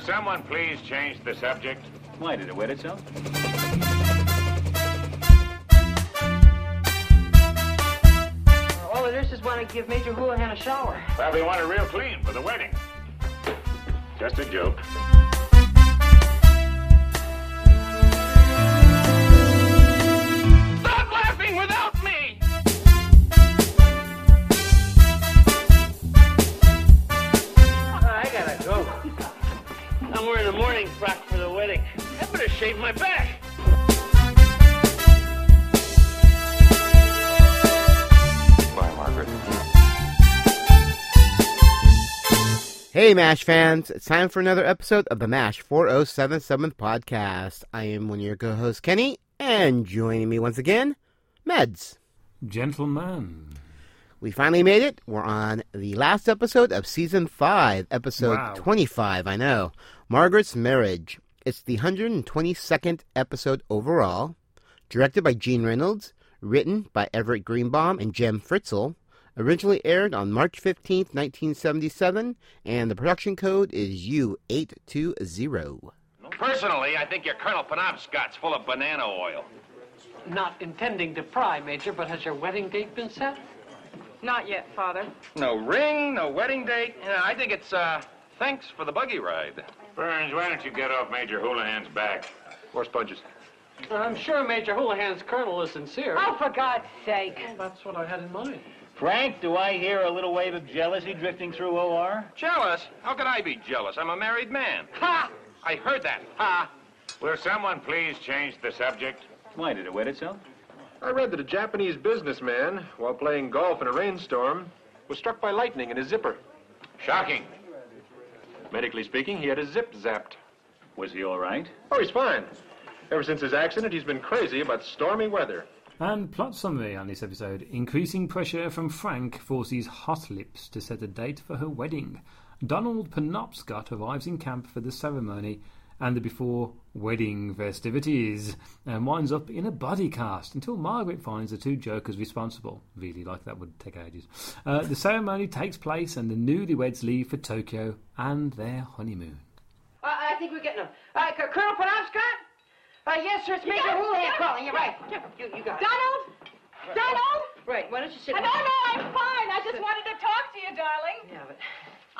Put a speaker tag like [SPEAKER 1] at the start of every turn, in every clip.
[SPEAKER 1] someone please change the subject?
[SPEAKER 2] Why did it wet itself?
[SPEAKER 3] All the nurses want to give Major Houlihan a shower.
[SPEAKER 1] Well, we want it real clean for the wedding. Just a joke. Stop laughing without me!
[SPEAKER 3] I gotta go. I'm wearing a morning frock for the wedding. I better shave my back.
[SPEAKER 4] Hey, MASH fans. It's time for another episode of the MASH 4077 podcast. I am one of your co hosts, Kenny, and joining me once again, Meds.
[SPEAKER 5] Gentleman.
[SPEAKER 4] We finally made it. We're on the last episode of season 5, episode
[SPEAKER 5] Wow.
[SPEAKER 4] 25, I know. Margaret's Marriage. It's the 122nd episode overall. Directed by Gene Reynolds, written by Everett Greenbaum and Jem Fritzl. Originally aired on March 15th, 1977, and the production code is U820.
[SPEAKER 1] Personally, I think your Colonel Penobscot's full of banana oil.
[SPEAKER 3] Not intending to pry, Major, but has your wedding date been set?
[SPEAKER 6] Not yet, Father.
[SPEAKER 1] No ring, no wedding date. I think it's, uh, thanks for the buggy ride. Burns, why don't you get off Major Houlihan's back? Horse punches.
[SPEAKER 3] I'm sure Major Houlihan's colonel is sincere.
[SPEAKER 6] Oh, for God's sake.
[SPEAKER 3] That's what I had in mind.
[SPEAKER 2] Frank, do I hear a little wave of jealousy drifting through OR?
[SPEAKER 1] Jealous? How could I be jealous? I'm a married man.
[SPEAKER 6] Ha!
[SPEAKER 1] I heard that. Ha! Will someone please change the subject?
[SPEAKER 2] Why did it wet itself?
[SPEAKER 7] I read that a Japanese businessman, while playing golf in a rainstorm, was struck by lightning in his zipper.
[SPEAKER 1] Shocking.
[SPEAKER 7] Medically speaking, he had his zip zapped.
[SPEAKER 2] Was he all right?
[SPEAKER 7] Oh, he's fine. Ever since his accident, he's been crazy about stormy weather.
[SPEAKER 5] And plot summary on this episode. Increasing pressure from Frank forces Hot Lips to set a date for her wedding. Donald Penobscot arrives in camp for the ceremony and the before wedding festivities and winds up in a body cast until Margaret finds the two jokers responsible. Really, like that would take ages. Uh, the ceremony takes place and the newlyweds leave for Tokyo and their honeymoon.
[SPEAKER 3] I, I think we're getting him. Uh, C- Colonel Penobscot? Uh, yes, sir, it's Major
[SPEAKER 6] got it,
[SPEAKER 3] Houlihan
[SPEAKER 6] yeah,
[SPEAKER 3] calling. You're right.
[SPEAKER 6] yeah.
[SPEAKER 3] You, you got it.
[SPEAKER 6] Donald! Donald!
[SPEAKER 3] Right, why don't you sit
[SPEAKER 6] I don't
[SPEAKER 3] down?
[SPEAKER 6] know, I'm fine. I just wanted to talk to you, darling.
[SPEAKER 3] Yeah, but...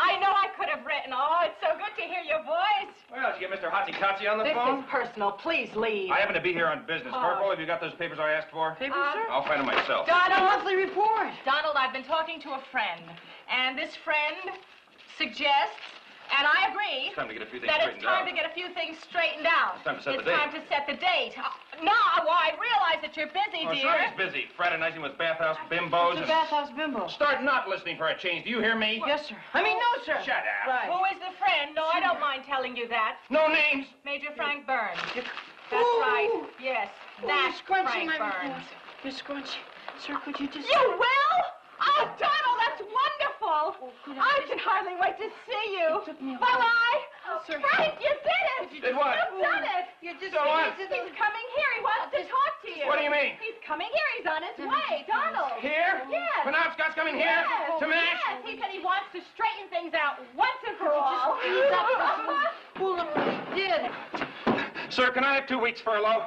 [SPEAKER 6] I know I could have written. Oh, it's so good to hear your voice.
[SPEAKER 1] Well, did you get Mr. Hatsikachi on the
[SPEAKER 3] This
[SPEAKER 1] phone?
[SPEAKER 3] is personal. Please leave. Uh,
[SPEAKER 1] I happen to be here on business. Corporal, have you got those papers I asked for?
[SPEAKER 3] Papers,
[SPEAKER 6] Um,
[SPEAKER 3] sir?
[SPEAKER 1] I'll find them myself.
[SPEAKER 3] A
[SPEAKER 6] Donald!
[SPEAKER 3] monthly report.
[SPEAKER 6] Donald, I've been talking to a friend, and this friend suggests, and I agree,
[SPEAKER 1] It's time to get a few things
[SPEAKER 6] that it's
[SPEAKER 1] straightened
[SPEAKER 6] time
[SPEAKER 1] out.
[SPEAKER 6] to get a few things straightened out.
[SPEAKER 1] It's time to set the
[SPEAKER 6] It's
[SPEAKER 1] date.
[SPEAKER 6] time to set the date. Uh, No, well, I realize that you're busy,
[SPEAKER 1] Oh,
[SPEAKER 6] dear.
[SPEAKER 1] sure he's busy. Fraternizing with bathhouse bimbos. and-
[SPEAKER 3] It's a bathhouse bimbo.
[SPEAKER 1] Start not listening for a change. Do you hear me?
[SPEAKER 3] Yes, sir. I mean, no, sir. Oh,
[SPEAKER 1] Shut up.
[SPEAKER 3] Right.
[SPEAKER 6] Who is the friend? No, I don't mind telling you that.
[SPEAKER 1] No names.
[SPEAKER 6] Major Frank Burns. That's
[SPEAKER 3] Ooh.
[SPEAKER 6] right. Yes,
[SPEAKER 3] you're
[SPEAKER 6] that's
[SPEAKER 3] scrunching my
[SPEAKER 6] Frank Burns.
[SPEAKER 3] Miss Scrunch, sir, could you just...
[SPEAKER 6] You will? Oh, Donald, that's wonderful. Oh, I can hardly wait to see you.
[SPEAKER 3] took me a
[SPEAKER 6] Bye bye.
[SPEAKER 3] sir.
[SPEAKER 6] Frank, you did it.
[SPEAKER 1] Did what?
[SPEAKER 6] You've done it. You just.
[SPEAKER 1] Done what?
[SPEAKER 6] He's coming here. He wants to talk to you.
[SPEAKER 1] What do you mean?
[SPEAKER 6] He's coming here. He's on his way, Donald.
[SPEAKER 1] Here?
[SPEAKER 6] Yes.
[SPEAKER 1] Penobscot's coming here?
[SPEAKER 6] Yes,
[SPEAKER 1] To Mash?
[SPEAKER 6] yes, he said he wants to straighten things out once and for all.
[SPEAKER 3] ease up, Mrs. Pull him when he did.
[SPEAKER 1] Sir, can I have two weeks furlough?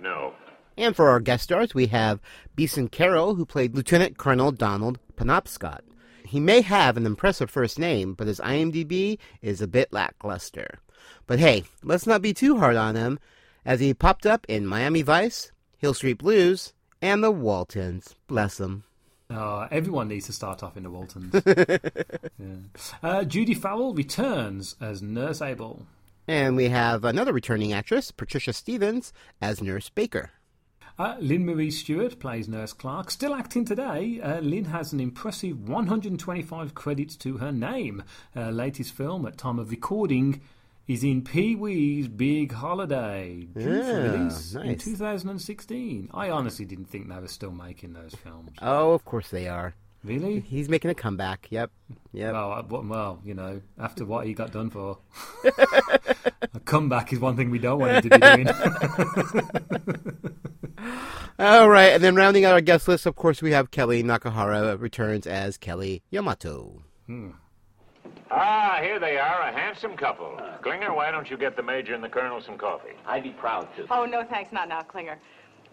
[SPEAKER 1] No.
[SPEAKER 4] And for our guest stars, we have Beeson Carroll, who played Lieutenant Colonel Donald Penobscot. He may have an impressive first name, but his IMDb is a bit lackluster. But hey, let's not be too hard on him, as he popped up in Miami Vice, Hill Street Blues, and The Waltons. Bless him.
[SPEAKER 5] Uh, everyone needs to start off in the Waltons. Yeah. uh, Judy Farrell returns as Nurse Abel.
[SPEAKER 4] And we have another returning actress, Patricia Stevens, as Nurse Baker.
[SPEAKER 5] Uh, Lynn Marie Stewart plays Nurse Clark. Still acting today, uh, Lynn has an impressive 125 credits to her name. Her latest film at time of recording is in Pee Wee's Big Holiday, due for
[SPEAKER 4] Yeah,
[SPEAKER 5] release in
[SPEAKER 4] nice.
[SPEAKER 5] 2016. I honestly didn't think they were still making those films.
[SPEAKER 4] Oh, of course they are.
[SPEAKER 5] Really?
[SPEAKER 4] He's making a comeback. Yep. Yep.
[SPEAKER 5] Well, I- well, well, you know, after what he got done for, a comeback is one thing we don't want him to be doing.
[SPEAKER 4] All right, and then rounding out our guest list, of course, we have Kelly Nakahara returns as Kelly Yamato.
[SPEAKER 2] Ah, here they are, a handsome couple.
[SPEAKER 1] Uh.
[SPEAKER 2] Klinger, why don't you get the major and the colonel some coffee?
[SPEAKER 8] I'd be proud to.
[SPEAKER 6] Oh, no thanks, not now, Klinger.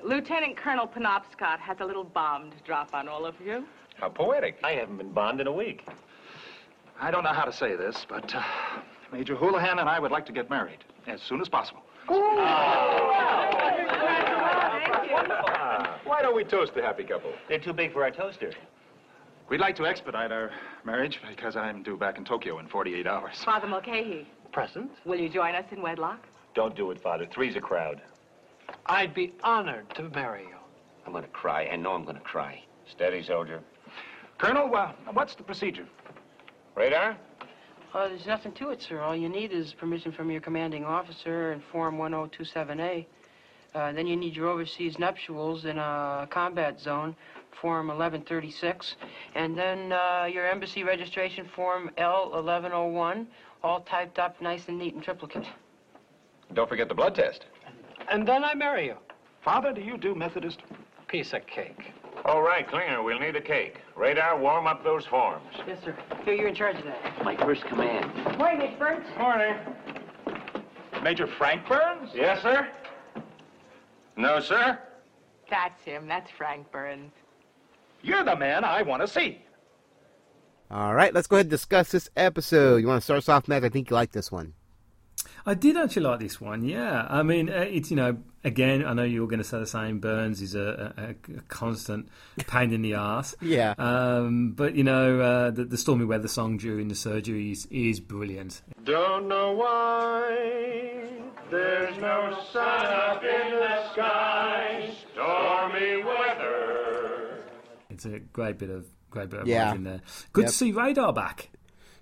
[SPEAKER 6] Lieutenant Colonel Penobscot has a little bomb to drop on all of you.
[SPEAKER 2] How poetic.
[SPEAKER 8] I haven't been bombed in a week.
[SPEAKER 9] I don't know how to say this, but uh, Major Houlihan and I would like to get married as soon as possible. Ah.
[SPEAKER 2] Why don't we toast the happy couple?
[SPEAKER 8] They're too big for our toaster.
[SPEAKER 9] We'd like to expedite our marriage because I'm due back in Tokyo in 48 hours.
[SPEAKER 6] Father Mulcahy,
[SPEAKER 10] Present?
[SPEAKER 6] will you join us in wedlock?
[SPEAKER 8] Don't do it, Father. Three's a crowd.
[SPEAKER 10] I'd be honored to marry you.
[SPEAKER 11] I'm going to cry. I know I'm going to cry.
[SPEAKER 2] Steady, soldier.
[SPEAKER 9] Colonel, uh, what's the procedure?
[SPEAKER 2] Radar?
[SPEAKER 3] Uh, there's nothing to it, sir. All you need is permission from your commanding officer in Form 1027A. Uh, then you need your overseas nuptials in a combat zone, Form 1136. And then uh, your embassy registration, Form L1101, all typed up nice and neat in triplicate.
[SPEAKER 2] Don't forget the blood test.
[SPEAKER 10] And then I marry you.
[SPEAKER 9] Father, do you do Methodist?
[SPEAKER 10] Piece of cake.
[SPEAKER 2] All right, Klinger, we'll need a cake. Radar, warm up those forms.
[SPEAKER 3] Yes, sir. Here, you're in charge of that.
[SPEAKER 11] My first command.
[SPEAKER 2] Morning.
[SPEAKER 9] Major Frank Burns?
[SPEAKER 2] Yes, sir? No, sir?
[SPEAKER 6] That's him. That's Frank Burns.
[SPEAKER 9] You're the man I want to see.
[SPEAKER 4] All right, let's go ahead and discuss this episode. You want to start us off, Matt? I think you like this one.
[SPEAKER 5] I did actually like this one. Yeah, I mean, uh, it's you know, again, I know you're going to say the same. Burns is a, a, a constant pain in the ass.
[SPEAKER 4] Yeah.
[SPEAKER 5] Um, but you know, uh, the, the stormy weather song during the surgery is, is brilliant.
[SPEAKER 7] Don't know why there's no sun up in the sky.
[SPEAKER 2] Stormy weather.
[SPEAKER 5] It's a great bit of great bit of
[SPEAKER 4] Yeah.
[SPEAKER 5] music in there. Good
[SPEAKER 4] Yep.
[SPEAKER 5] to see Radar back.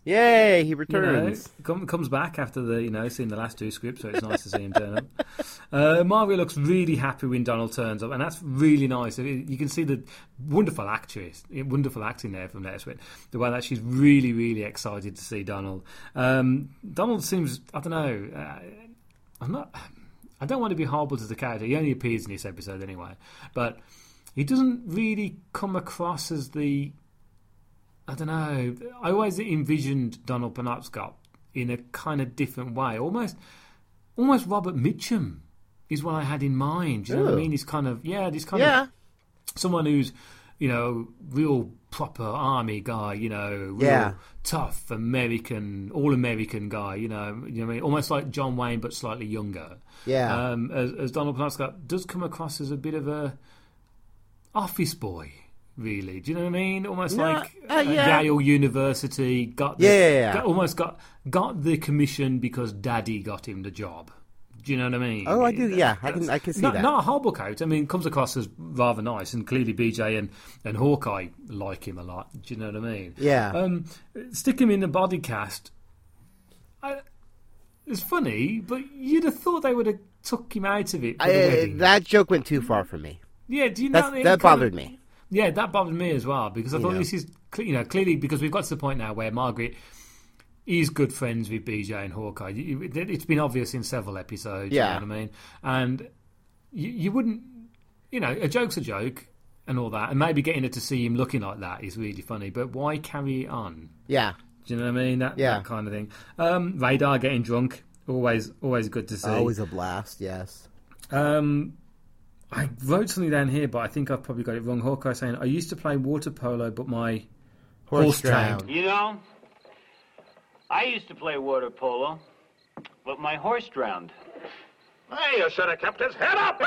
[SPEAKER 4] Yay, he
[SPEAKER 5] you know,
[SPEAKER 4] returns.
[SPEAKER 5] com- comes back after the you know seeing the last two scripts, so it's nice to see him turn up. Uh, Mario looks really happy when Donald turns up, and that's really nice. You can see the wonderful actress, eh, wonderful acting there from Nesbitt. The way that she's really, really excited to see Donald. Um, Donald seems, I don't know, uh, I'm not. I don't want to be horrible to the character. He only appears in this episode anyway, but he doesn't really come across as the I don't know. I always envisioned Donald Penobscot in a kind of different way, almost, almost Robert Mitchum is what I had in mind. Do you know what I
[SPEAKER 4] Ooh.
[SPEAKER 5] mean? He's kind of yeah, this kind
[SPEAKER 4] Oh. Yeah.
[SPEAKER 5] of someone who's you know real proper army guy. You know, real
[SPEAKER 4] Yeah.
[SPEAKER 5] tough American, all American guy. You know, you know what I mean? Almost like John Wayne, but slightly younger.
[SPEAKER 4] Yeah.
[SPEAKER 5] Um, as, as Donald Penobscot does come across as a bit of a office boy, really. Do you know what I mean? Almost
[SPEAKER 4] No,
[SPEAKER 5] like
[SPEAKER 4] uh,
[SPEAKER 5] uh,
[SPEAKER 4] yeah.
[SPEAKER 5] Yale University got the,
[SPEAKER 4] Yeah, yeah, yeah.
[SPEAKER 5] Got, almost got got the commission because Daddy got him the job. Do you know what I mean?
[SPEAKER 4] Oh, I do. Yeah, I can. I can see
[SPEAKER 5] not,
[SPEAKER 4] that.
[SPEAKER 5] Not a horrible coat. I mean, comes across as rather nice, and clearly BJ and, and Hawkeye like him a lot. Do you know what I mean?
[SPEAKER 4] Yeah.
[SPEAKER 5] Um, stick him in the body cast. I, it's funny, but you'd have thought they would have took him out of it. For
[SPEAKER 4] I-
[SPEAKER 5] the
[SPEAKER 4] uh,
[SPEAKER 5] wedding.
[SPEAKER 4] that joke went too far for me.
[SPEAKER 5] yeah, do you know
[SPEAKER 4] That's,
[SPEAKER 5] it
[SPEAKER 4] that
[SPEAKER 5] kinda-
[SPEAKER 4] bothered me.
[SPEAKER 5] yeah, that bothered me as well because I thought
[SPEAKER 4] know.
[SPEAKER 5] this is cle- you know clearly because we've got to the point now where Margaret is good friends with BJ and Hawkeye. You- you- It's been obvious in several episodes.
[SPEAKER 4] Yeah.
[SPEAKER 5] you know what I mean, and you, you wouldn't, you know, a joke's a joke and all that, and maybe getting her to see him looking like that is really funny. But why carry it on?
[SPEAKER 4] Yeah.
[SPEAKER 5] Do you know what I mean? That,
[SPEAKER 4] Yeah.
[SPEAKER 5] that kind of thing. Um, Radar getting drunk, always always good to see.
[SPEAKER 4] Always a blast. Yes.
[SPEAKER 5] Um, I wrote something down here, but I think I've probably got it wrong. Hawkeye saying, I used to play water polo, but my horse, drowned.
[SPEAKER 8] You know, I used to play water polo, but my horse drowned.
[SPEAKER 2] Hey, you should have kept his head up.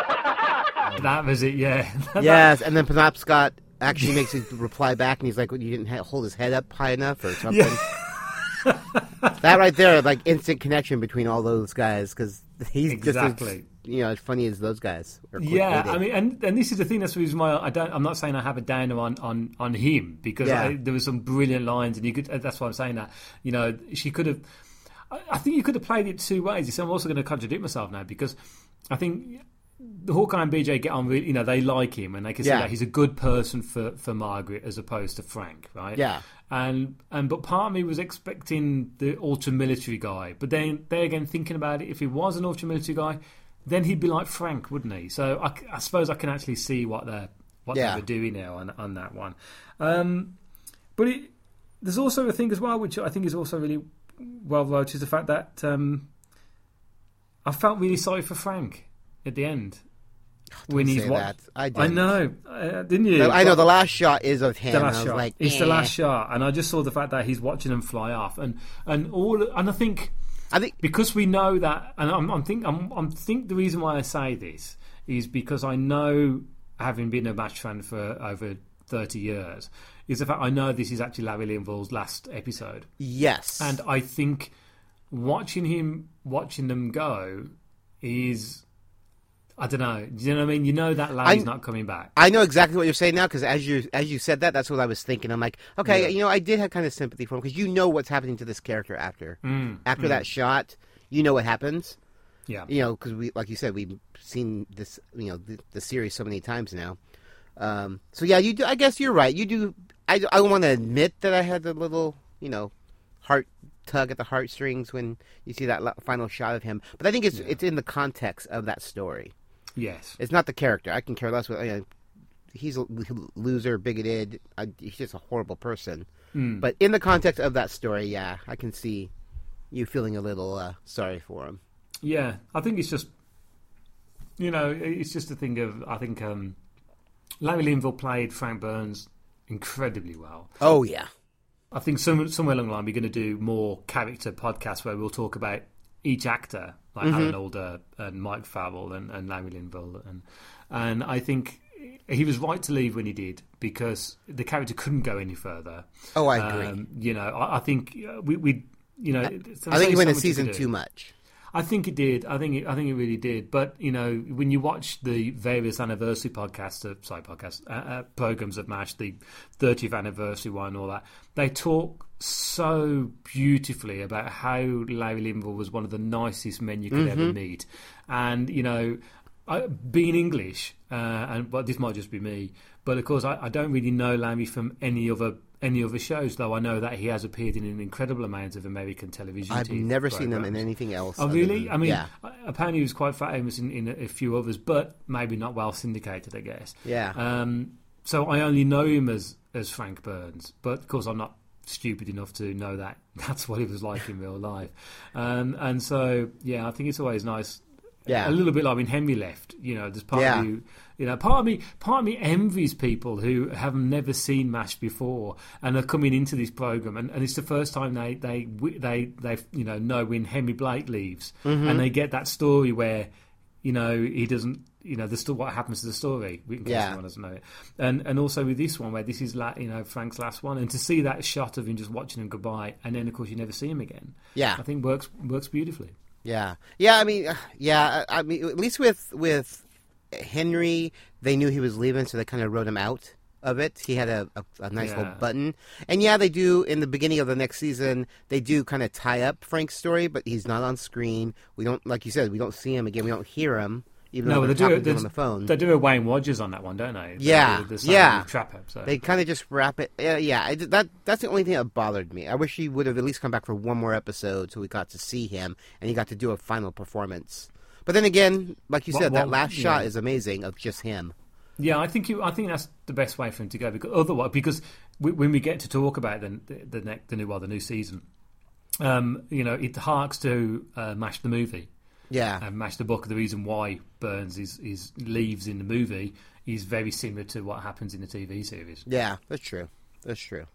[SPEAKER 5] That was it, yeah.
[SPEAKER 4] Yes, and then Penobscot actually makes a reply back, and he's like, "You didn't ha- hold his head up high enough, or something." that right there, like instant connection between all those guys, because he's
[SPEAKER 5] Exactly.
[SPEAKER 4] just as, you know as funny as those guys. or
[SPEAKER 5] yeah,
[SPEAKER 4] quick-witted.
[SPEAKER 5] I mean, and, and this is the thing. That's the reason why I don't. I'm not saying I have a downer on on on him because
[SPEAKER 4] Yeah.
[SPEAKER 5] I, there were some brilliant lines, and you could. That's why I'm saying that. You know, she could have. I, I think you could have played it two ways. It's- I'm also going to contradict myself now because I think the Hawkeye and BJ get on. Really, you know, they like him, and they can see
[SPEAKER 4] Yeah.
[SPEAKER 5] that he's a good person for for Margaret as opposed to Frank, right?
[SPEAKER 4] Yeah.
[SPEAKER 5] And and but part of me was expecting the ultra military guy, but then there again, thinking about it, if he was an ultra military guy, then he'd be like Frank, wouldn't he? So I, c- I suppose I can actually see what they're what
[SPEAKER 4] Yeah.
[SPEAKER 5] they were doing now on on that one. Um, but it, There's also a thing as well, which I think is also really well wrote, which is the fact that um, I felt really sorry for Frank at the end when he's
[SPEAKER 4] Oh, say
[SPEAKER 5] wa-
[SPEAKER 4] that. I
[SPEAKER 5] I
[SPEAKER 4] didn't.
[SPEAKER 5] know, uh, didn't you?
[SPEAKER 4] I know
[SPEAKER 5] But-
[SPEAKER 4] the last shot is of him.
[SPEAKER 5] the
[SPEAKER 4] and
[SPEAKER 5] last
[SPEAKER 4] I was
[SPEAKER 5] shot.
[SPEAKER 4] like,
[SPEAKER 5] it's the
[SPEAKER 4] "Eh."
[SPEAKER 5] last shot, and I just saw the fact that he's watching them fly off, and and all, and I think,
[SPEAKER 4] I think
[SPEAKER 5] because we know that, and I'm, I'm think I'm, I'm think the reason why I say this is because I know, having been a match fan for over thirty years, is the fact I know this is actually Larry Linville's last episode.
[SPEAKER 4] Yes,
[SPEAKER 5] and I think watching him watching them go is. I don't know. Do you know what I mean? You know that Larry's
[SPEAKER 4] I-
[SPEAKER 5] not coming back.
[SPEAKER 4] I know exactly what you're saying now because as you as you said that, that's what I was thinking. I'm like, okay,
[SPEAKER 5] Yeah.
[SPEAKER 4] you know, I did have kind of sympathy for him because you know what's happening to this character after
[SPEAKER 5] Mm,
[SPEAKER 4] after
[SPEAKER 5] mm.
[SPEAKER 4] that shot. You know what happens.
[SPEAKER 5] Yeah.
[SPEAKER 4] you know because we, like you said, we've seen this, you know, the, the series so many times now. Um, so yeah, you do. I guess you're right. You do. I I want to admit that I had the little, you know, heart tug at the heartstrings when you see that la- final shot of him. But I think it's it's in the context of that story.
[SPEAKER 5] Yes.
[SPEAKER 4] It's not the character. I can care less. What, you know, he's a l- loser, bigoted. I, he's just a horrible person.
[SPEAKER 5] Mm.
[SPEAKER 4] But in the context of that story, yeah, I can see you feeling a little uh, sorry for him.
[SPEAKER 5] Yeah, I think it's just, you know, it's just a thing of I think um, Larry Linville played Frank Burns incredibly well.
[SPEAKER 4] Oh, yeah.
[SPEAKER 5] I think some, somewhere along the line we're going to do more character podcasts where we'll talk about each actor, like
[SPEAKER 4] Mhm.
[SPEAKER 5] Alan Alda and Mike Farrell and, and Larry Linville, and and I think he was right to leave when he did because the character couldn't go any further. Um,
[SPEAKER 4] Oh, I agree.
[SPEAKER 5] you know, I, I think uh, we, we you know, it's-
[SPEAKER 4] I think
[SPEAKER 5] there's
[SPEAKER 4] you went
[SPEAKER 5] so
[SPEAKER 4] in
[SPEAKER 5] much
[SPEAKER 4] season
[SPEAKER 5] can do.
[SPEAKER 4] too much.
[SPEAKER 5] I think it did. I think it, I think it really did. But you know, when you watch the various anniversary podcasts, uh, sorry, podcasts uh, uh, programs of Mash, the 30th anniversary one, all that, they talk so beautifully about how Larry Linville was one of the nicest men you could ever
[SPEAKER 4] Mm-hmm.
[SPEAKER 12] Mhm.
[SPEAKER 5] meet, and you know. I, being English, uh, and well, this might just be me, but of course I, I don't really know Larry from any other any other shows. Though I know that he has appeared in an incredible amount of American television.
[SPEAKER 4] I've
[SPEAKER 5] TV
[SPEAKER 4] never seen them in
[SPEAKER 5] programs.
[SPEAKER 4] anything else
[SPEAKER 5] Oh,
[SPEAKER 4] other
[SPEAKER 5] really?
[SPEAKER 4] than-
[SPEAKER 5] I mean, uh,
[SPEAKER 4] yeah.
[SPEAKER 5] apparently he was quite famous in, in a, a few others, but maybe not well syndicated, I guess.
[SPEAKER 4] Yeah.
[SPEAKER 5] Um, so I only know him as, as Frank Burns, but of course I'm not stupid enough to know that that's what he was like in real life. Um, and so, yeah, I think it's always nice.
[SPEAKER 4] Yeah.
[SPEAKER 5] A little bit like when Henry left, you know, there's part
[SPEAKER 4] Yeah.
[SPEAKER 5] of you, you know, part of me, part of me envies people who have never seen MASH before and are coming into this program, and, and it's the first time they they wi- they they you know know when Henry Blake leaves,
[SPEAKER 12] Mhm.
[SPEAKER 5] and they get that story where you know he doesn't you know the sto- what happens to the story in case
[SPEAKER 12] Yeah.
[SPEAKER 5] anyone doesn't know it and and also with this one where this is la- you know Frank's last one and to see that shot of him just watching him goodbye and then of course you never see him again
[SPEAKER 4] Yeah.
[SPEAKER 5] I think works works beautifully
[SPEAKER 4] Yeah, yeah. I mean, uh, yeah. I I mean, at least with with Henry, they knew he was leaving, so they kind of wrote him out of it. He had a, a, a nice
[SPEAKER 5] Yeah.
[SPEAKER 4] little button, and yeah, they do in the beginning of the next season. They do kind of tie up Frank's story, but he's not on screen. We don't, like you said, we don't see him again. We don't hear him, even though
[SPEAKER 5] but
[SPEAKER 4] they're
[SPEAKER 5] they do
[SPEAKER 4] talking
[SPEAKER 5] it-
[SPEAKER 4] to him on
[SPEAKER 5] there's-
[SPEAKER 4] the phone.
[SPEAKER 5] they do a Wayne Rogers on that one don't they They
[SPEAKER 4] yeah,
[SPEAKER 5] do the same
[SPEAKER 4] yeah.
[SPEAKER 5] with Trapper, so.
[SPEAKER 4] They kind of just wrap it. Yeah, yeah. I, that that's the only thing that bothered me. I wish he would have at least come back for one more episode, so we got to see him and he got to do a final performance. But then again, like you
[SPEAKER 5] What-
[SPEAKER 4] said, that
[SPEAKER 5] what-
[SPEAKER 4] last shot
[SPEAKER 5] yeah.
[SPEAKER 4] is amazing of just him.
[SPEAKER 5] Yeah, I think you. I think that's the best way for him to go because otherwise, because we, when we get to talk about the the, the, ne- the new well, the new season, um, you know, it harks to uh, Mash the movie.
[SPEAKER 4] Yeah.
[SPEAKER 5] and Mash the book. The reason why Burns is is leaves in the movie is very similar to what happens in the TV series.
[SPEAKER 4] Yeah, that's true. That's true.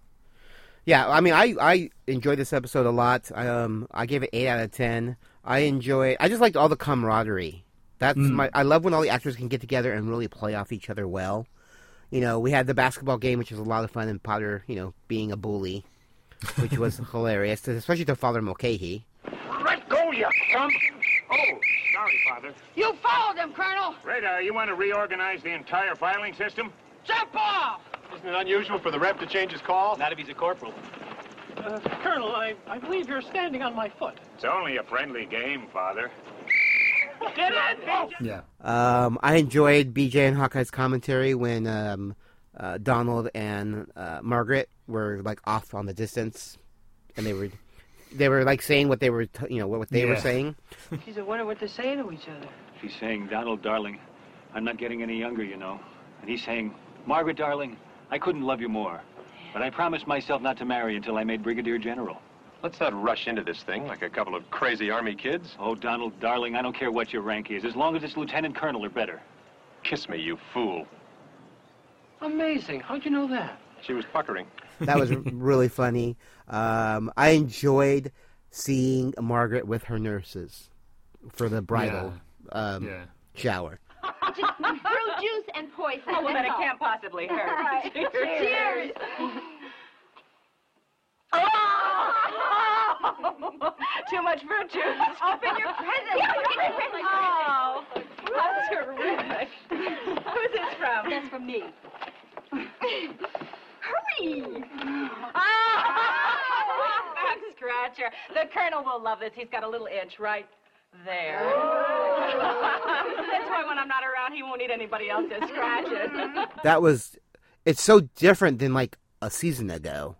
[SPEAKER 4] Yeah, I mean, I I enjoyed this episode a lot. I, um, I gave it eight out of ten. I enjoy. I just liked all the camaraderie. That's
[SPEAKER 12] Mm.
[SPEAKER 4] my. I love when all the actors can get together and really play off each other well. You know, we had the basketball game, which was a lot of fun, and Potter, you know, being a bully, which was hilarious, especially to Father Mulcahy.
[SPEAKER 2] Let go, you chump! Oh, sorry, Father.
[SPEAKER 10] You followed them, Colonel.
[SPEAKER 2] Radar, you want to reorganize the entire filing system?
[SPEAKER 10] Jump off.
[SPEAKER 7] Isn't it unusual for the rep to change his call?
[SPEAKER 2] Not if he's a corporal.
[SPEAKER 10] Uh, Colonel, I, I believe you're standing on my foot.
[SPEAKER 2] It's only a friendly game, Father.
[SPEAKER 10] Get in!
[SPEAKER 5] Yeah.
[SPEAKER 4] Um, I enjoyed BJ and Hawkeye's commentary when um, uh, Donald and uh, Margaret were like off on the distance, and they were they were like saying what they were t- you know what, what they were
[SPEAKER 3] Yeah.
[SPEAKER 4] saying.
[SPEAKER 3] Geez, I wonder what they're saying to each other.
[SPEAKER 12] She's saying, Donald, darling, I'm not getting any younger, you know. And he's saying, Margaret, darling, I couldn't love you more. But I promised myself not to marry until I made brigadier general.
[SPEAKER 7] Let's not rush into this thing like a couple of crazy army kids.
[SPEAKER 12] Oh, Donald, darling, I don't care what your rank is, as long as it's lieutenant colonel or better.
[SPEAKER 7] Kiss me, you fool.
[SPEAKER 10] Amazing. How'd you know that?
[SPEAKER 7] She was puckering.
[SPEAKER 4] That was really funny. Um, I enjoyed seeing Margaret with her nurses for the bridal Um,
[SPEAKER 5] Yeah.
[SPEAKER 4] shower.
[SPEAKER 13] Just brew juice and poison.
[SPEAKER 6] Oh, well, then
[SPEAKER 13] that's
[SPEAKER 6] it
[SPEAKER 13] all.
[SPEAKER 6] can't possibly hurt.
[SPEAKER 13] All right.
[SPEAKER 6] Cheers.
[SPEAKER 13] Cheers.
[SPEAKER 6] Oh! Too much virtue. Open your present. oh, how terrific. Who's this from? That's from me. Hurry! Oh, back scratcher. The colonel will love this. He's got a little itch right there. That's why when I'm not around, he won't need anybody else to scratch
[SPEAKER 3] Mm-hmm.
[SPEAKER 6] it.
[SPEAKER 4] That was. It's so different than like a season ago,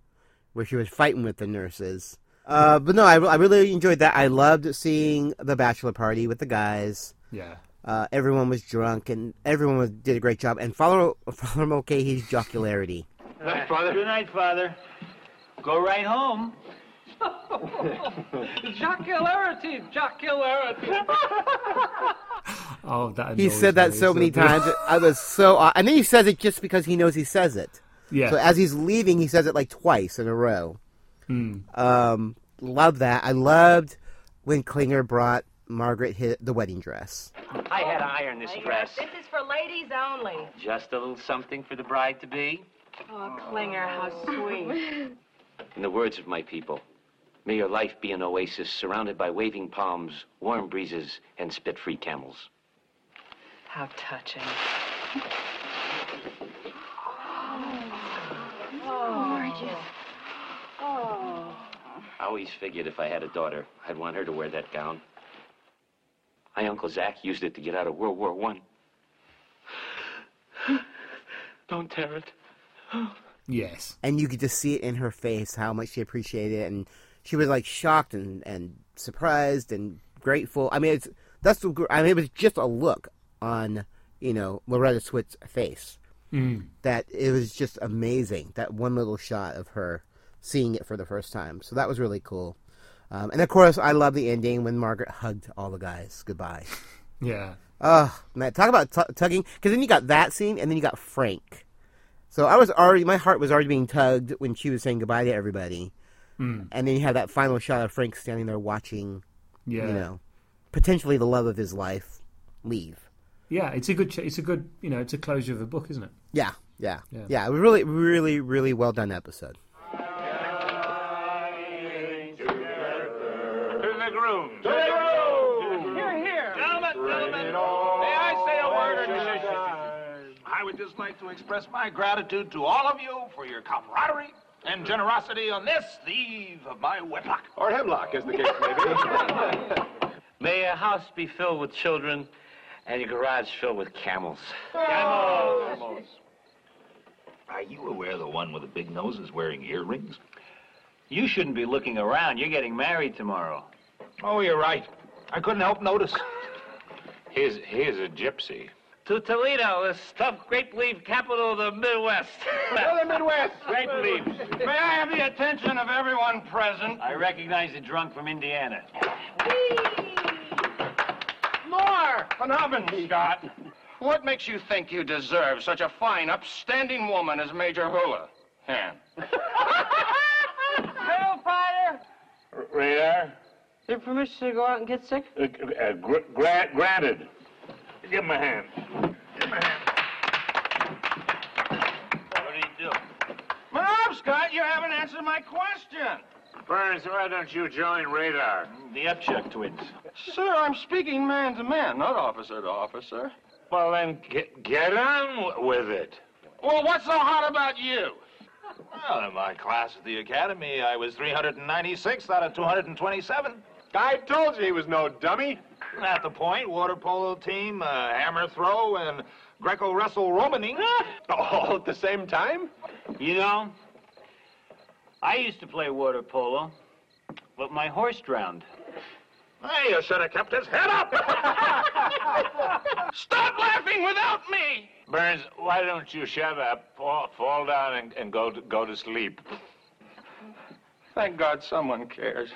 [SPEAKER 4] where she was fighting with the nurses. Uh, but no, I, I really enjoyed that. I loved seeing the bachelor party with the guys.
[SPEAKER 5] Yeah.
[SPEAKER 4] Uh, everyone was drunk and everyone was, did a great job. And follow follow Mulcahy's jocularity.
[SPEAKER 8] Night, Father. Good night, Father. Go right home.
[SPEAKER 10] jocularity, jocularity.
[SPEAKER 5] Oh, that
[SPEAKER 4] He
[SPEAKER 5] annoys
[SPEAKER 4] said that
[SPEAKER 5] me
[SPEAKER 4] so many times. I was so. aw- And then he says it just because he knows he says it.
[SPEAKER 5] Yeah.
[SPEAKER 4] So as he's leaving, he says it like twice in a row.
[SPEAKER 5] Hmm.
[SPEAKER 4] Um, love that. I loved when Klinger brought Margaret his, the wedding dress.
[SPEAKER 11] I had to iron this dress.
[SPEAKER 6] This is for ladies only.
[SPEAKER 11] Just a little something for the bride to be.
[SPEAKER 6] Oh, Klinger, how sweet.
[SPEAKER 11] In the words of my people, may your life be an oasis surrounded by waving palms, warm breezes, and spit free camels.
[SPEAKER 6] How touching.
[SPEAKER 13] Gorgeous. Oh.
[SPEAKER 11] I always figured if I had a daughter, I'd want her to wear that gown. My Uncle Zach used it to get out of World War One. Don't tear it.
[SPEAKER 5] Yes.
[SPEAKER 4] And you could just see it in her face how much she appreciated it, and she was like shocked and, and surprised and grateful. I mean, it's that's the gr- I mean, it was just a look on you know Loretta Swift's face
[SPEAKER 5] Mm.
[SPEAKER 4] that it was just amazing. That one little shot of her seeing it for the first time, so that was really cool. Um, and of course, I love the ending when Margaret hugged all the guys goodbye.
[SPEAKER 5] Yeah.
[SPEAKER 4] Ugh, man, talk about tu- tugging. Because then you got that scene, and then you got Frank. So I was already, my heart was already being tugged when she was saying goodbye to everybody,
[SPEAKER 5] Mm.
[SPEAKER 4] and then you have that final shot of Frank standing there watching,
[SPEAKER 5] Yeah.
[SPEAKER 4] you know, potentially the love of his life leave.
[SPEAKER 5] Yeah, it's a good, ch- it's a good, you know, it's a closure of a book, isn't it?
[SPEAKER 4] Yeah, yeah,
[SPEAKER 5] Yeah.
[SPEAKER 4] yeah. it was really, really, really well done episode.
[SPEAKER 2] To the groom. To the groom. Here, here. Gentlemen, gentlemen, may I say a word in addition? I would just like to express my gratitude to all of you for your camaraderie and generosity on this, the eve of my wedlock.
[SPEAKER 7] Or hemlock, as the case may be.
[SPEAKER 11] May your house be filled with children and your garage filled with camels.
[SPEAKER 14] Camels. Are you aware the one with the big nose is wearing earrings?
[SPEAKER 8] You shouldn't be looking around. You're getting married tomorrow.
[SPEAKER 2] Oh, you're right. I couldn't help notice. Here's, here's a gypsy.
[SPEAKER 11] To Toledo, the stuffed grape leaf capital of the Midwest.
[SPEAKER 2] the Midwest.
[SPEAKER 8] Grape leaves.
[SPEAKER 2] May I have the attention of everyone present?
[SPEAKER 8] I recognize the drunk from Indiana.
[SPEAKER 2] More! Von Scott. What makes you think you deserve such a fine, upstanding woman as Major Hula? Hand.
[SPEAKER 10] Colonel Potter.
[SPEAKER 14] Radar?
[SPEAKER 3] Your permission to go out and get sick?
[SPEAKER 14] Uh, uh, gr- gra- granted. Give him a hand.
[SPEAKER 2] What do you do? Manob, Scott, you haven't answered my question.
[SPEAKER 9] Burns, why don't you join radar? The Upchuck twins.
[SPEAKER 2] Sir, I'm speaking man to man, not officer to officer.
[SPEAKER 9] Well, then get, get on w- with it.
[SPEAKER 2] Well, what's so hot about you?
[SPEAKER 14] Well, in my class at the academy, I was 396th out of 227.
[SPEAKER 7] I told you he was no dummy.
[SPEAKER 14] At the point, water polo team, uh, hammer throw, and Greco wrestle Romaning.
[SPEAKER 7] All at the same time?
[SPEAKER 8] You know, I used to play water polo, but my horse drowned.
[SPEAKER 2] Hey,
[SPEAKER 14] uh,
[SPEAKER 2] you should have kept his head up. Stop laughing without me.
[SPEAKER 15] Burns, why don't you shut up, fall, fall down, and, and go to, go to sleep?
[SPEAKER 9] Thank God someone cares.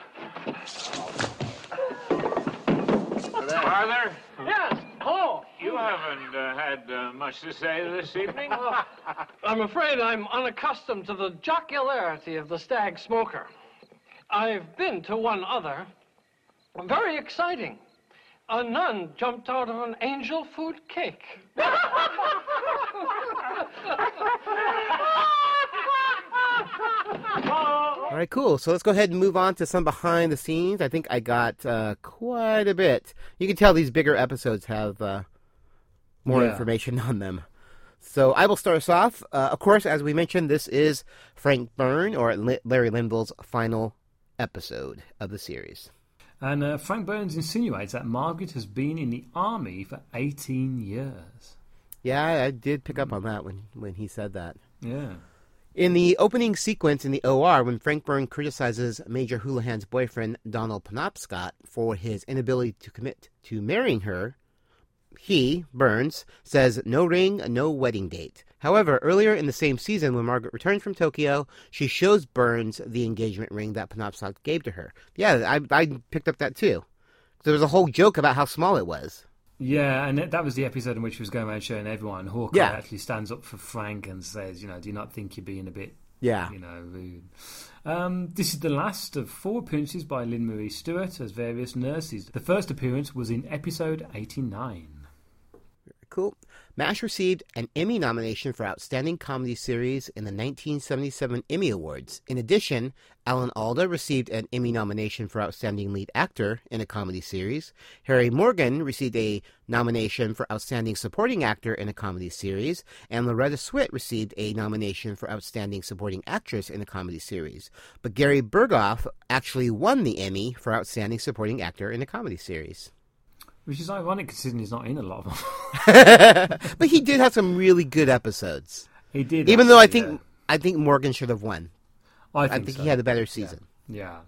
[SPEAKER 15] Father,
[SPEAKER 10] Yes. Hello.
[SPEAKER 15] you haven't uh, had uh, much to say this evening.
[SPEAKER 10] Uh, I'm afraid I'm unaccustomed to the jocularity of the stag smoker. I've been to one other. Very exciting. A nun jumped out of an angel food cake.
[SPEAKER 4] All right, cool. So let's go ahead and move on to some behind the scenes. I think I got uh, quite a bit. You can tell these bigger episodes have uh, more
[SPEAKER 5] Yeah.
[SPEAKER 4] information on them. So I will start us off. Uh, of course, as we mentioned, this is Frank Byrne or Li- Larry Linville's final episode of the series.
[SPEAKER 5] And uh, Frank Burns insinuates that Margaret has been in the army for 18 years.
[SPEAKER 4] Yeah, I, I did pick up on that when, when he said that.
[SPEAKER 5] Yeah.
[SPEAKER 4] In the opening sequence in the OR, when Frank Byrne criticizes Major Houlihan's boyfriend, Donald Penobscot, for his inability to commit to marrying her, he, Burns, says no ring, no wedding date. However, earlier in the same season, when Margaret returns from Tokyo, she shows Burns the engagement ring that Penobscot gave to her. Yeah, I, I picked up that too. There was a whole joke about how small it was.
[SPEAKER 5] Yeah, and that- that was the episode in which he was going around showing everyone. Hawkeye
[SPEAKER 4] Yeah.
[SPEAKER 5] actually stands up for Frank and says, you know, do you not think you're being a bit,
[SPEAKER 4] Yeah.
[SPEAKER 5] you know, rude? Um, this is the last of four appearances by Lynn Marie Stewart as various nurses. The first appearance was in episode 89.
[SPEAKER 4] Cool. MASH received an Emmy nomination for Outstanding Comedy Series in the 1977 Emmy Awards. In addition, Alan Alda received an Emmy nomination for Outstanding Lead Actor in a Comedy Series. Harry Morgan received a nomination for Outstanding Supporting Actor in a Comedy Series. And Loretta Swit received a nomination for Outstanding Supporting Actress in a Comedy Series. But Gary Berghoff actually won the Emmy for Outstanding Supporting Actor in a Comedy Series.
[SPEAKER 5] Which is ironic considering he's not in a lot of them.
[SPEAKER 4] but he did have some really good episodes.
[SPEAKER 5] He did,
[SPEAKER 4] Even though I
[SPEAKER 5] actually,
[SPEAKER 4] think I think Morgan should have won.
[SPEAKER 5] I think so.
[SPEAKER 4] he had a better season.
[SPEAKER 5] Yeah.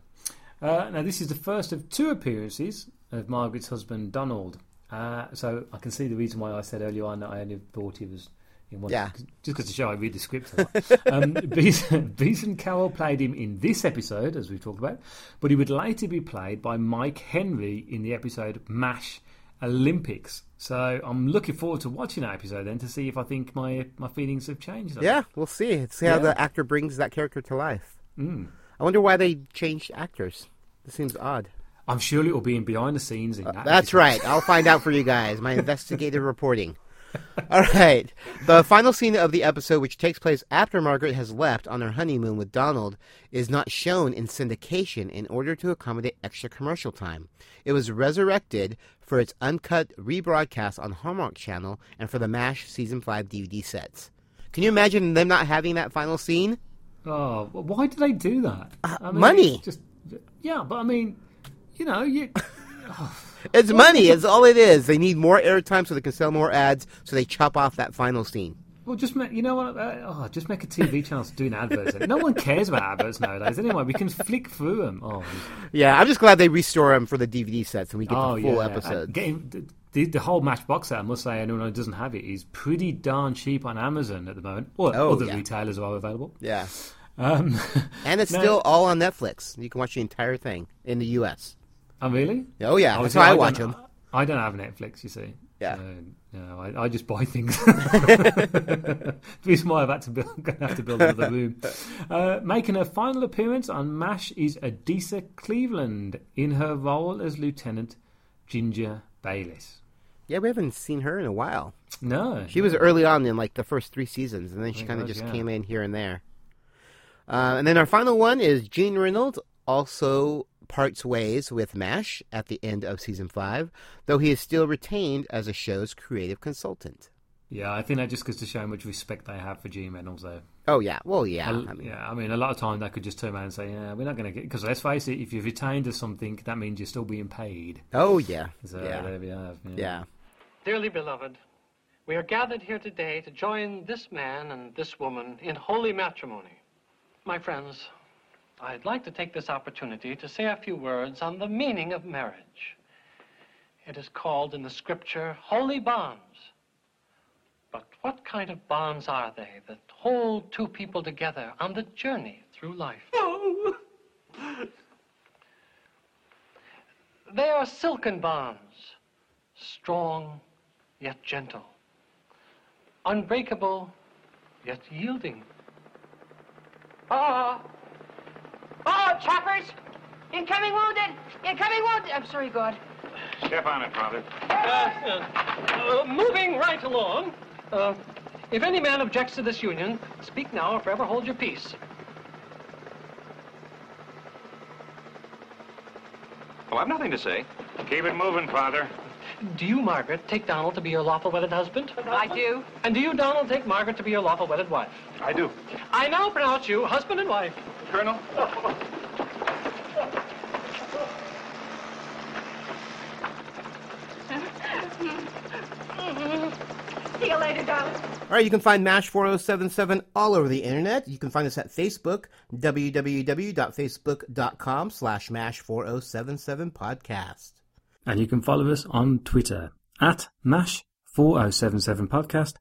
[SPEAKER 5] Uh, now, this is the first of two appearances of Margaret's husband, Donald. Uh, so I can see the reason why I said earlier on that I only thought he was in one.
[SPEAKER 4] Yeah.
[SPEAKER 5] Just because to show I read the script a lot. um, Beeson, Beeson Carroll played him in this episode, as we've talked about, but he would later be played by Mike Henry in the episode MASH Olympics. So I'm looking forward to watching that episode then to see if I think my, my feelings have changed. on
[SPEAKER 4] Yeah,
[SPEAKER 5] it.
[SPEAKER 4] we'll see. It's how
[SPEAKER 5] Yeah.
[SPEAKER 4] the actor brings that character to life.
[SPEAKER 5] Mm.
[SPEAKER 4] I wonder why they changed actors. This seems odd.
[SPEAKER 5] I'm sure it will be in behind the scenes. In that
[SPEAKER 4] Uh, That's
[SPEAKER 5] episode.
[SPEAKER 4] right. I'll find out for you guys. My investigative reporting. All right. The final scene of the episode, which takes place after Margaret has left on her honeymoon with Donald, is not shown in syndication in order to accommodate extra commercial time. It was resurrected for its uncut rebroadcast on Hallmark Channel and for the MASH Season 5 DVD sets. Can you imagine them not having that final scene?
[SPEAKER 5] Oh, well, why do they do that? I mean,
[SPEAKER 4] Uh, money.
[SPEAKER 5] it's Just yeah, but I mean, you know, you
[SPEAKER 4] It's money. It's all it is. They need more airtime so they can sell more ads, so they chop off that final scene.
[SPEAKER 5] well, just make you know what? Uh, oh, just make a TV channel doing adverts. no one cares about adverts nowadays. Anyway, we can flick through them. Oh,
[SPEAKER 4] Yeah, I'm just glad they restore them for the DVD sets and we get
[SPEAKER 5] oh
[SPEAKER 4] the full
[SPEAKER 5] yeah.
[SPEAKER 4] episode.
[SPEAKER 5] Getting- the- the, the whole Matchbox set, I must say, anyone who doesn't have it is pretty darn cheap on Amazon at the moment, or
[SPEAKER 4] Oh,
[SPEAKER 5] other
[SPEAKER 4] yeah.
[SPEAKER 5] retailers are available.
[SPEAKER 4] Yeah.
[SPEAKER 5] Um,
[SPEAKER 4] and it's
[SPEAKER 5] no.
[SPEAKER 4] still all on Netflix. You can watch the entire thing in the U.S.
[SPEAKER 5] Oh, really?
[SPEAKER 4] Oh, yeah.
[SPEAKER 5] Oh,
[SPEAKER 4] That's
[SPEAKER 5] see,
[SPEAKER 4] how I
[SPEAKER 5] don't-
[SPEAKER 4] watch them.
[SPEAKER 5] I don't have Netflix, you see.
[SPEAKER 4] Yeah.
[SPEAKER 5] So, no, I, I just buy things. the reason why I've had to build, gonna have to build another room. Uh, making her final appearance on MASH is Adisa Cleveland in her role as Lieutenant Ginger Bayless.
[SPEAKER 4] Yeah, we haven't seen her in a while.
[SPEAKER 5] No.
[SPEAKER 4] She was early on in like the first three seasons, and then she
[SPEAKER 5] Oh,
[SPEAKER 4] kind of
[SPEAKER 5] God,
[SPEAKER 4] just
[SPEAKER 5] yeah.
[SPEAKER 4] came in here and there. Uh, and then our final one is Gene Reynolds, also parts ways with MASH at the end of season five, though he is still retained as the show's creative consultant.
[SPEAKER 5] Yeah, I think that just goes to show how much respect they have for Gene Reynolds, though.
[SPEAKER 4] Oh, yeah. Well, yeah.
[SPEAKER 5] A- yeah, I mean, a lot of times they could just turn around and say, "Yeah, we're not going to get." Because let's face it, if you've retained us something, that means you're still being paid.
[SPEAKER 4] Oh, yeah.
[SPEAKER 5] So
[SPEAKER 4] Yeah.
[SPEAKER 5] there we have. Yeah.
[SPEAKER 4] Yeah.
[SPEAKER 3] Dearly beloved, we are gathered here today to join this man and this woman in holy matrimony. My friends, I'd like to take this opportunity to say a few words on the meaning of marriage. It is called in the scripture holy bonds.
[SPEAKER 10] But what kind of bonds are they that hold two people together on the journey through life? Oh. they are silken bonds, strong yet gentle, unbreakable yet yielding.
[SPEAKER 3] Oh, oh, choppers! Incoming wounded! Incoming wounded! I'm sorry, God.
[SPEAKER 15] Step on it, Father.
[SPEAKER 10] Uh, moving right along. Uh, if any man objects to this union, speak now or forever hold your peace.
[SPEAKER 15] Oh, I've nothing to say. Keep it moving, Father.
[SPEAKER 10] Do you, Margaret, take Donald to be your lawful wedded husband?
[SPEAKER 6] I do.
[SPEAKER 10] And do you, Donald, take Margaret to be your lawful wedded wife?
[SPEAKER 15] I do.
[SPEAKER 10] I now pronounce you husband and wife.
[SPEAKER 15] Colonel?
[SPEAKER 6] See you later, darling.
[SPEAKER 4] All right, you can find MASH 4077 all over the internet. You can find us at Facebook, www.facebook.com slash MASH 4077 podcast.
[SPEAKER 5] And you can follow us on Twitter at MASH4077podcast.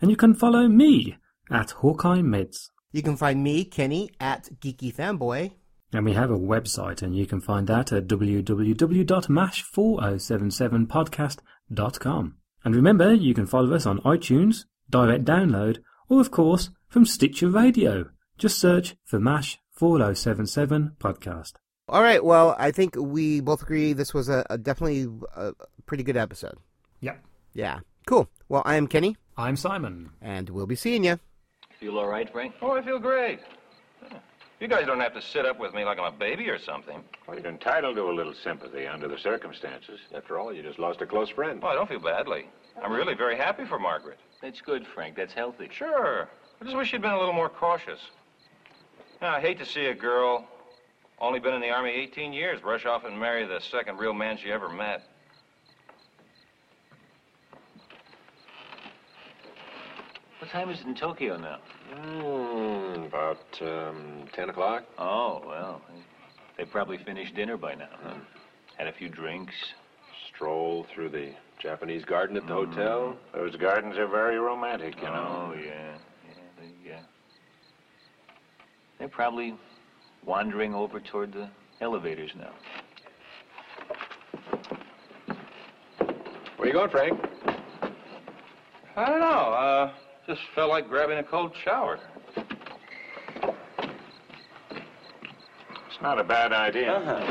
[SPEAKER 5] And you can follow me at Hawkeye Mids.
[SPEAKER 4] You can find me, Kenny, at Geeky Fanboy.
[SPEAKER 5] And we have a website, and you can find that at www.mash4077podcast.com. And remember, you can follow us on iTunes, direct download, or of course, from Stitcher Radio. Just search for MASH 4077 podcast.
[SPEAKER 4] All right, well, I think we both agree this was a, a definitely a pretty good episode.
[SPEAKER 5] Yep.
[SPEAKER 4] Yeah. Cool. Well, I am Kenny.
[SPEAKER 5] I'm Simon.
[SPEAKER 4] And we'll be seeing you.
[SPEAKER 11] Feel all right, Frank?
[SPEAKER 9] Oh, I feel great.
[SPEAKER 15] You guys don't have to sit up with me like I'm a baby or something.
[SPEAKER 14] Well, you're entitled to a little sympathy under the circumstances. After all, you just lost a close friend.
[SPEAKER 15] Well, I don't feel badly. I'm really very happy for Margaret.
[SPEAKER 11] That's good, Frank. That's healthy.
[SPEAKER 15] Sure. I just wish you'd been a little more cautious. Now, I hate to see a girl, only been in the Army 18 years, rush off and marry the second real man she ever met.
[SPEAKER 11] What time is it in Tokyo now?
[SPEAKER 14] Mm, about um, 10 o'clock.
[SPEAKER 11] Oh, well. They probably finished dinner by now, huh? Had a few drinks.
[SPEAKER 14] Stroll through the Japanese garden at the hotel. Those gardens are very romantic, you know.
[SPEAKER 11] Oh, yeah. Yeah, they, uh, they're probably wandering over toward the elevators now.
[SPEAKER 14] Where you going, Frank?
[SPEAKER 15] I don't know. Uh, just felt like grabbing a cold shower.
[SPEAKER 14] It's not a bad idea.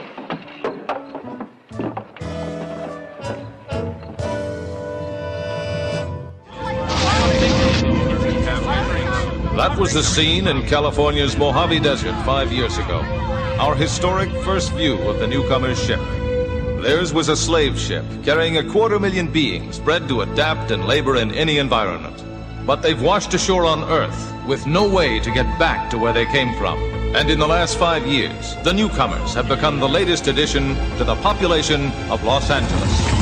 [SPEAKER 1] That was the scene in California's Mojave Desert five years ago. Our historic first view of the newcomer's ship. Theirs was a slave ship carrying a quarter million beings bred to adapt and labor in any environment. But they've washed ashore on Earth with no way to get back to where they came from. And in the last five years, the newcomers have become the latest addition to the population of Los Angeles.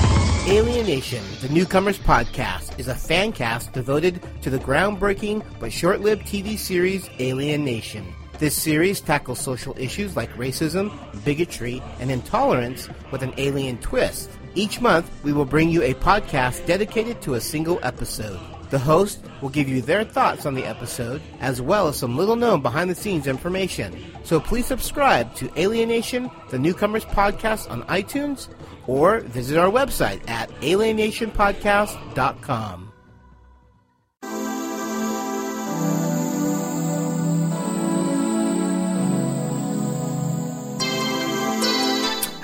[SPEAKER 4] Alienation, the Newcomers Podcast, is a fan cast devoted to the groundbreaking but short lived TV series Alienation. This series tackles social issues like racism, bigotry, and intolerance with an alien twist. Each month, we will bring you a podcast dedicated to a single episode. The host will give you their thoughts on the episode, as well as some little known behind the scenes information. So please subscribe to Alienation, the Newcomers Podcast on iTunes, or visit our website at alienationpodcast.com.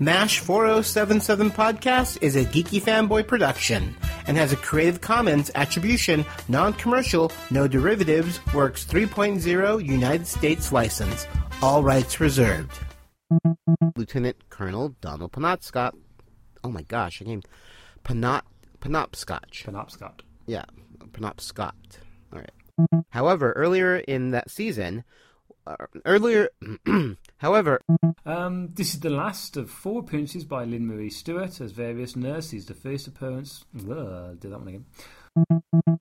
[SPEAKER 4] MASH 4077 Podcast is a geeky fanboy production and has a Creative Commons Attribution, Non Commercial, No Derivatives, Works 3.0 United States license. All rights reserved. Lieutenant Colonel Donald Panat Scott. Oh my gosh, I named Penot, Penobscotch.
[SPEAKER 5] Penobscot.
[SPEAKER 4] Yeah, Penobscot. All right. However, earlier in that season, uh, earlier, however,
[SPEAKER 5] Um, this is the last of four appearances by Lynn Marie Stewart as various nurses. The first appearance. Ugh, I'll do that one again.